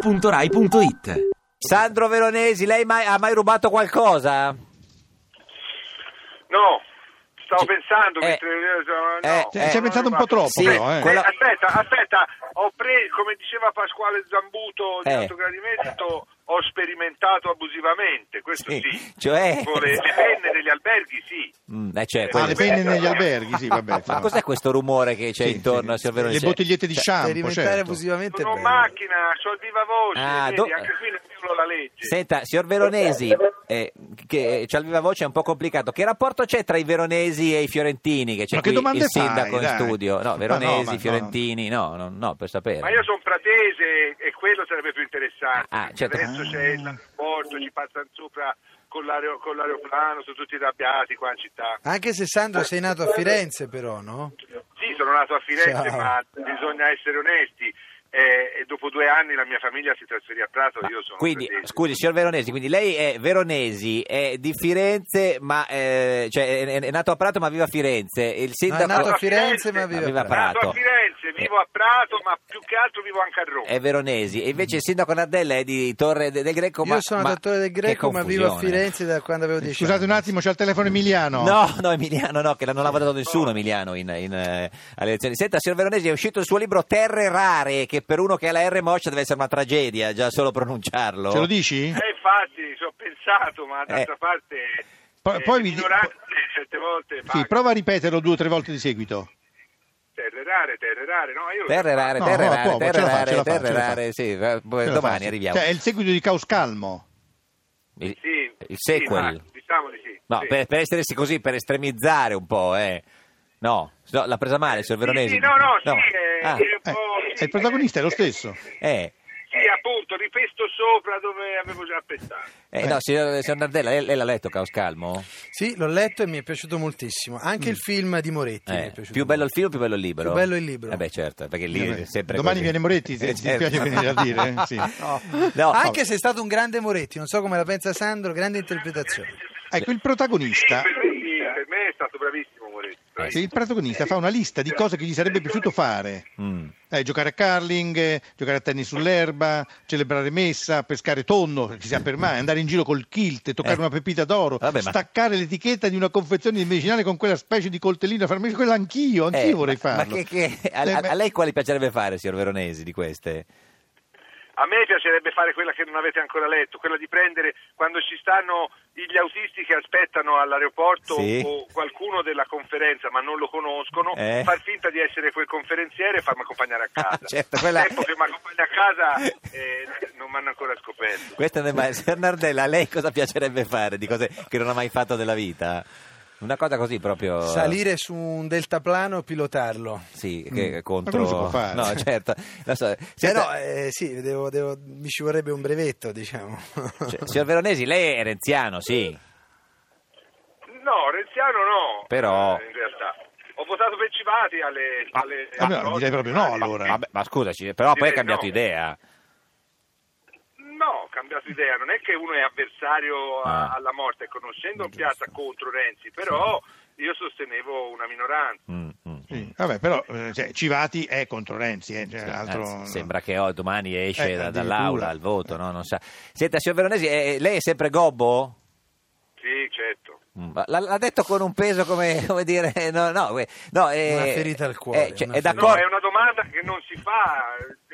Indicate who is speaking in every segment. Speaker 1: radio2pod.rai.it
Speaker 2: Sandro Veronesi, lei mai- ha mai rubato qualcosa?
Speaker 3: No, stavo pensando
Speaker 2: eh,
Speaker 3: mentre... no,
Speaker 2: eh,
Speaker 4: Ci- ci hai
Speaker 3: non
Speaker 4: pensato
Speaker 3: mi va.
Speaker 4: un po' troppo,
Speaker 3: Sì,
Speaker 4: però, eh.
Speaker 2: quella-
Speaker 3: Aspetta, aspetta, ho preso, come diceva Pasquale Zambuto di
Speaker 2: Eh.
Speaker 3: alto gradimento, ho sperimentato abusivamente, questo
Speaker 2: Sì,
Speaker 3: sì.
Speaker 2: cioè-
Speaker 3: Con le, le penne degli alberghi, sì.
Speaker 2: Mm, eh, cioè,
Speaker 4: Ah,
Speaker 2: quello-
Speaker 4: le penne negli alberghi, sì, vabbè.
Speaker 2: Ma
Speaker 4: insomma.
Speaker 2: cos'è questo rumore che c'è
Speaker 4: Sì,
Speaker 2: intorno
Speaker 4: sì.
Speaker 2: a Veronesi?
Speaker 4: Le bottigliette
Speaker 2: Cioè,
Speaker 4: di shampoo,
Speaker 5: Sperimentare
Speaker 4: certo.
Speaker 5: abusivamente
Speaker 3: Sono
Speaker 5: bene.
Speaker 3: macchina, sono viva voce,
Speaker 2: Ah,
Speaker 3: vedi,
Speaker 2: do-
Speaker 3: anche qui non violo la legge.
Speaker 2: Senta, signor Veronesi, eh, che c'ha il viva voce un po' complicato. Che rapporto c'è tra i veronesi e i fiorentini? Che c'è
Speaker 4: Ma che
Speaker 2: qui
Speaker 4: domande
Speaker 2: il sindaco
Speaker 4: fai,
Speaker 2: in
Speaker 4: dai?
Speaker 2: studio.
Speaker 4: Ma
Speaker 2: No,
Speaker 4: no,
Speaker 2: veronesi,
Speaker 4: ma no.
Speaker 2: fiorentini, no, no, no, per sapere.
Speaker 3: Ma io sono pratese e quello sarebbe più interessante.
Speaker 2: Ah,
Speaker 3: perché
Speaker 2: certo.
Speaker 3: Adesso c'è il l'aeroporto, ci passano sopra con, l'aereo- con l'aeroplano, sono tutti arrabbiati qua in città.
Speaker 5: Anche se Sandro sei nato a Firenze però, no?
Speaker 3: Sì, sono nato a Firenze,
Speaker 5: Ciao.
Speaker 3: ma bisogna essere onesti. Eh, e dopo due anni la mia famiglia si trasferì a Prato,
Speaker 2: Ma
Speaker 3: io sono
Speaker 2: quindi,
Speaker 3: pratese.
Speaker 2: scusi, signor Veronesi, quindi lei è veronesi, è di Firenze, ma eh, cioè, è, è nato a Prato ma vive a Firenze. Il
Speaker 5: No, è
Speaker 2: sindaco
Speaker 5: nato a Firenze ma
Speaker 2: Ma
Speaker 5: vive
Speaker 2: vive
Speaker 5: a
Speaker 2: a Eh,
Speaker 5: Prato.
Speaker 3: Nato a Firenze, vivo a Prato, ma più che altro vivo anche a Roma.
Speaker 2: è veronesi, e invece il sindaco Nardella è di Torre de- del Greco. ma,
Speaker 5: Io sono
Speaker 2: ma-
Speaker 5: dottore del
Speaker 2: che
Speaker 5: greco ma vivo a
Speaker 2: confusione.
Speaker 5: Firenze da quando avevo 10
Speaker 4: Scusate un
Speaker 5: anni.
Speaker 4: attimo, c'è il telefono Emiliano.
Speaker 2: No, no, Emiliano, no, che non l'ha votato nessuno Emiliano in, in, eh, alle elezioni. Senta, signor Veronesi, è uscito il suo libro Terre Rare, che per uno che ha la R moscia deve essere una tragedia, già solo pronunciarlo.
Speaker 4: Ce lo dici?
Speaker 3: Eh, infatti, ci ho pensato, ma d'altra
Speaker 2: Eh.
Speaker 3: parte
Speaker 4: Po-
Speaker 3: eh,
Speaker 4: poi
Speaker 3: le
Speaker 4: mi di-
Speaker 3: minoranze certe volte
Speaker 4: Sì,
Speaker 3: pagano.
Speaker 4: prova a ripeterlo due o tre volte di seguito.
Speaker 3: terre rare, terre rare, no, io lo-
Speaker 2: Terre rare,
Speaker 4: No,
Speaker 2: terre
Speaker 4: no,
Speaker 2: rare,
Speaker 4: può,
Speaker 2: terre
Speaker 4: ce la fa,
Speaker 2: rare,
Speaker 4: ce la fa,
Speaker 2: terre
Speaker 4: ce la fa.
Speaker 2: rare, sì, eh,
Speaker 4: Ce la
Speaker 2: domani
Speaker 4: faccio.
Speaker 2: arriviamo.
Speaker 4: Cioè, è il seguito di Caos Calmo.
Speaker 2: Il,
Speaker 3: Sì,
Speaker 2: il
Speaker 3: sì,
Speaker 2: sequel.
Speaker 3: ma diciamo di sì.
Speaker 2: No,
Speaker 3: sì.
Speaker 2: per, per essersi così, per estremizzare un po', eh. No, no, l'ha presa male, signor
Speaker 3: Sì,
Speaker 2: Veronesi.
Speaker 3: sì, no, no, sì,
Speaker 2: No.
Speaker 3: eh, ehm,
Speaker 2: Ah,
Speaker 3: è un
Speaker 4: Eh,
Speaker 3: po'- eh,
Speaker 4: e il protagonista è lo stesso.
Speaker 2: eh.
Speaker 3: Sì, appunto, ripesto sopra dove avevo già pensato.
Speaker 2: Eh, no, signor, signor Nardella, lei, lei l'ha letto Caos Calmo?
Speaker 5: Sì, l'ho letto e mi è piaciuto moltissimo.
Speaker 4: Mm.
Speaker 5: Anche il film di Moretti mi
Speaker 2: Eh,
Speaker 5: è piaciuto.
Speaker 2: più bello il film o più bello il libro?
Speaker 5: Più bello il libro.
Speaker 2: Eh beh, certo, perché il libro è
Speaker 4: Vabbè,
Speaker 2: sempre
Speaker 4: Domani
Speaker 2: così.
Speaker 4: viene Moretti, ti,
Speaker 2: Eh,
Speaker 4: ti
Speaker 2: certo.
Speaker 4: piace venire a dire? eh? Sì.
Speaker 2: No,
Speaker 5: Anche se è stato un grande Moretti, non so come la pensa Sandro, grande interpretazione.
Speaker 4: Ecco, il
Speaker 3: Sì,
Speaker 4: protagonista,
Speaker 3: per, me sì, per me è stato bravissimo Moretti.
Speaker 4: sì, Eh, il protagonista fa una lista di cose che gli sarebbe piaciuto fare.
Speaker 2: Mm.
Speaker 4: Eh, giocare a curling, eh, giocare a tennis sull'erba, celebrare messa, pescare tonno, chissà per mai, andare in giro col kilt, toccare
Speaker 2: Eh.
Speaker 4: una pepita d'oro,
Speaker 2: Vabbè, ma-
Speaker 4: staccare l'etichetta di una confezione di medicinale con quella specie di coltellino farmacico, quello anch'io, anch'io
Speaker 2: Eh,
Speaker 4: vorrei
Speaker 2: ma-
Speaker 4: farlo.
Speaker 2: Ma che, che- a,
Speaker 4: Eh,
Speaker 2: a-
Speaker 4: beh,
Speaker 2: a lei quali piacerebbe fare, signor Veronesi, di queste?
Speaker 3: A me piacerebbe fare quella che non avete ancora letto, quella di prendere quando ci stanno gli autisti che aspettano all'aeroporto
Speaker 2: Sì.
Speaker 3: o qualcuno della conferenza ma non lo conoscono,
Speaker 2: Eh.
Speaker 3: far finta di essere quel conferenziere e farmi accompagnare a casa.
Speaker 2: Ah, certo, quella-
Speaker 3: Il tempo che mi accompagna a casa eh, non mi hanno ancora scoperto.
Speaker 2: Questa non è mai... Signor Nardella, a lei cosa piacerebbe fare di cose che non ha mai fatto nella vita? Una cosa così proprio...
Speaker 5: Salire Mm. su un deltaplano e pilotarlo.
Speaker 2: Sì, che contro...
Speaker 4: quello si può fare.
Speaker 2: No, certo. Lo so.
Speaker 5: Eh
Speaker 2: Senta,
Speaker 5: no, eh, sì, devo- devo- mi ci vorrebbe un brevetto, diciamo.
Speaker 2: cioè, signor Veronesi, lei è renziano, sì.
Speaker 3: No, Renziano no.
Speaker 2: Però-
Speaker 3: eh, in realtà. Ho votato per Civati alle... alle-
Speaker 4: ah, no, direi proprio no, allora.
Speaker 2: Vabbè, ma scusaci, però poi ha
Speaker 3: Direi
Speaker 2: cambiato
Speaker 3: no.
Speaker 2: idea.
Speaker 3: No, ho cambiato idea, non è che uno è avversario a-
Speaker 2: Ah.
Speaker 3: alla morte, conoscendo piazza contro Renzi, però io sostenevo una minoranza.
Speaker 2: Mm, mm.
Speaker 4: Sì, vabbè, però eh, cioè, Civati è contro Renzi, eh, cioè, altro-
Speaker 2: Anzi, sembra che oh, domani esce
Speaker 4: Eh,
Speaker 2: da-
Speaker 4: addirittura.
Speaker 2: dall'aula al voto, no? Non sa. Senta, signor Veronesi, eh, lei è sempre gobbo?
Speaker 3: Sì, certo.
Speaker 2: Mm, ma L'ha, l'ha detto con un peso come, come dire no no, eh, no, eh,
Speaker 5: Una ferita al cuore,
Speaker 2: eh, cioè,
Speaker 5: una
Speaker 2: è
Speaker 5: ferita.
Speaker 3: No,
Speaker 2: d'accordo
Speaker 3: è una domanda che non si fa.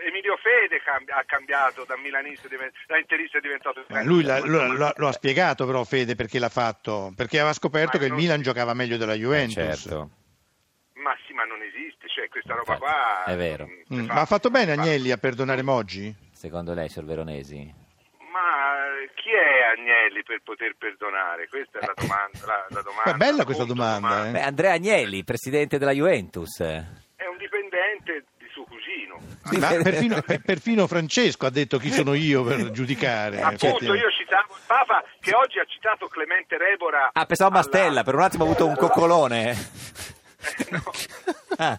Speaker 3: Emilio Fede cambi- ha cambiato da milanista, è diven- da interista è diventato...
Speaker 4: Ma Eh, lui la- lo, lo- lo ha spiegato però Fede perché l'ha fatto, perché aveva scoperto
Speaker 3: Ma
Speaker 4: che il
Speaker 3: non-
Speaker 4: Milan giocava meglio della
Speaker 2: Eh,
Speaker 4: Juventus.
Speaker 2: certo
Speaker 3: Ma sì, ma non esiste, cioè questa roba
Speaker 2: Infatti,
Speaker 3: qua...
Speaker 2: è vero.
Speaker 3: mm,
Speaker 4: Mm,
Speaker 3: si fa-
Speaker 4: Ma ha fatto bene
Speaker 3: si fa.
Speaker 4: Agnelli a perdonare Moggi?
Speaker 2: secondo lei signor Veronesi
Speaker 3: Ma eh, chi è Agnelli per poter perdonare? Questa è la domanda. La, la domanda
Speaker 4: Beh, Eh. bella questa
Speaker 3: appunto,
Speaker 4: domanda, eh.
Speaker 2: Beh, Andrea Agnelli presidente della Juventus Ah,
Speaker 3: È un dipendente di suo cugino.
Speaker 2: Sì,
Speaker 4: Ma
Speaker 2: per-
Speaker 4: perfino, perfino Francesco ha detto chi sono io per giudicare.
Speaker 3: Appunto,
Speaker 4: effettivamente.
Speaker 3: io citavo il Papa che oggi ha citato Clemente Rebora.
Speaker 2: ah pensavo
Speaker 3: alla-
Speaker 2: Mastella per un attimo ho avuto un coccolone
Speaker 3: Eh, no.
Speaker 2: Ah.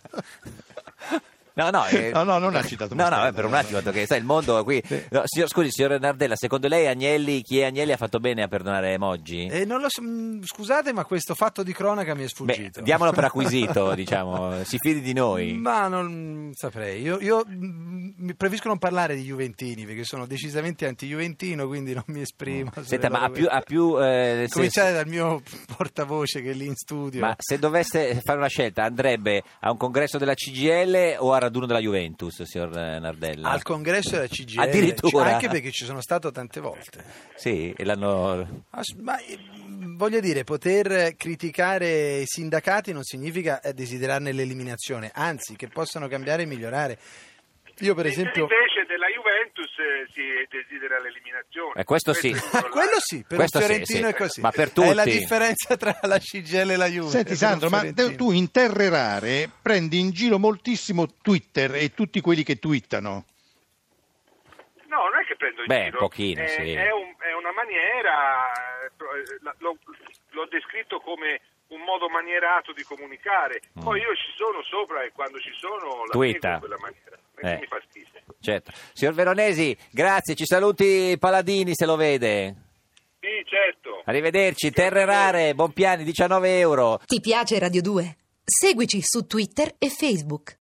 Speaker 2: No, no, eh,
Speaker 4: No, no, non ha citato
Speaker 2: No, no,
Speaker 4: Mastella,
Speaker 2: eh, per un
Speaker 4: no,
Speaker 2: attimo,
Speaker 4: no.
Speaker 2: perché sai, il mondo qui. No, signor- scusi, signor Nardella, secondo lei Agnelli, chi è Agnelli ha fatto bene a perdonare Moggi?
Speaker 5: Eh, non lo so, mh, scusate, ma questo fatto di cronaca mi è
Speaker 2: Beh,
Speaker 5: sfuggito.
Speaker 2: diamolo per acquisito, diciamo, si fidi di noi.
Speaker 5: Ma non saprei, io, io, mh, mi preferisco non parlare di Juventini perché sono decisamente anti-Juventino, quindi non mi esprimo. sulle
Speaker 2: Mm. Senta, ma
Speaker 5: loro
Speaker 2: ha più, ha più, eh, nel
Speaker 5: Cominciare
Speaker 2: senso-
Speaker 5: dal mio portavoce che è lì in studio.
Speaker 2: ma se dovesse fare una scelta, andrebbe a un congresso della CGL o al raduno della Juventus, signor eh, Nardella?
Speaker 5: Al congresso della CGL.
Speaker 2: Addirittura?
Speaker 5: Anche perché ci sono stato tante volte.
Speaker 2: Sì, e l'hanno...
Speaker 5: Ass- Ma eh, voglio dire, poter criticare i sindacati non significa eh, desiderarne l'eliminazione, anzi che possano cambiare e migliorare. Io per esempio...
Speaker 3: Invece della Juventus eh, si desidera l'eliminazione.
Speaker 2: Eh, questo sì.
Speaker 3: è il
Speaker 5: Ah,
Speaker 3: controllato.
Speaker 5: quello sì, per
Speaker 2: Questo
Speaker 5: un
Speaker 2: sì,
Speaker 5: fiorentino
Speaker 2: sì.
Speaker 5: è così.
Speaker 2: Ma per
Speaker 5: È la
Speaker 2: tutti.
Speaker 5: differenza tra la CGL e la Juve. Per
Speaker 4: Senti
Speaker 5: un
Speaker 4: Sandro, ma
Speaker 5: fiorentino.
Speaker 4: te- tu in terre rare prendi in giro moltissimo Twitter e tutti quelli che twittano.
Speaker 3: No, non è che prendo in
Speaker 2: Beh,
Speaker 3: giro.
Speaker 2: un pochino,
Speaker 3: è,
Speaker 2: sì.
Speaker 3: è un- è una maniera, eh, pro- eh, la- l'ho, l'ho descritto come un modo manierato di comunicare.
Speaker 2: Mm.
Speaker 3: Poi io ci sono sopra e quando ci sono la
Speaker 2: Twitta.
Speaker 3: seguo in quella maniera. E
Speaker 2: Eh.
Speaker 3: Mi fa schifo.
Speaker 2: Certo. Signor Veronesi, grazie, ci saluti Paladini se lo vede.
Speaker 3: Sì, certo.
Speaker 2: Arrivederci, Terre Rare, Bonpiani, 19 euro.
Speaker 1: Ti piace Radio 2? Seguici su Twitter e Facebook.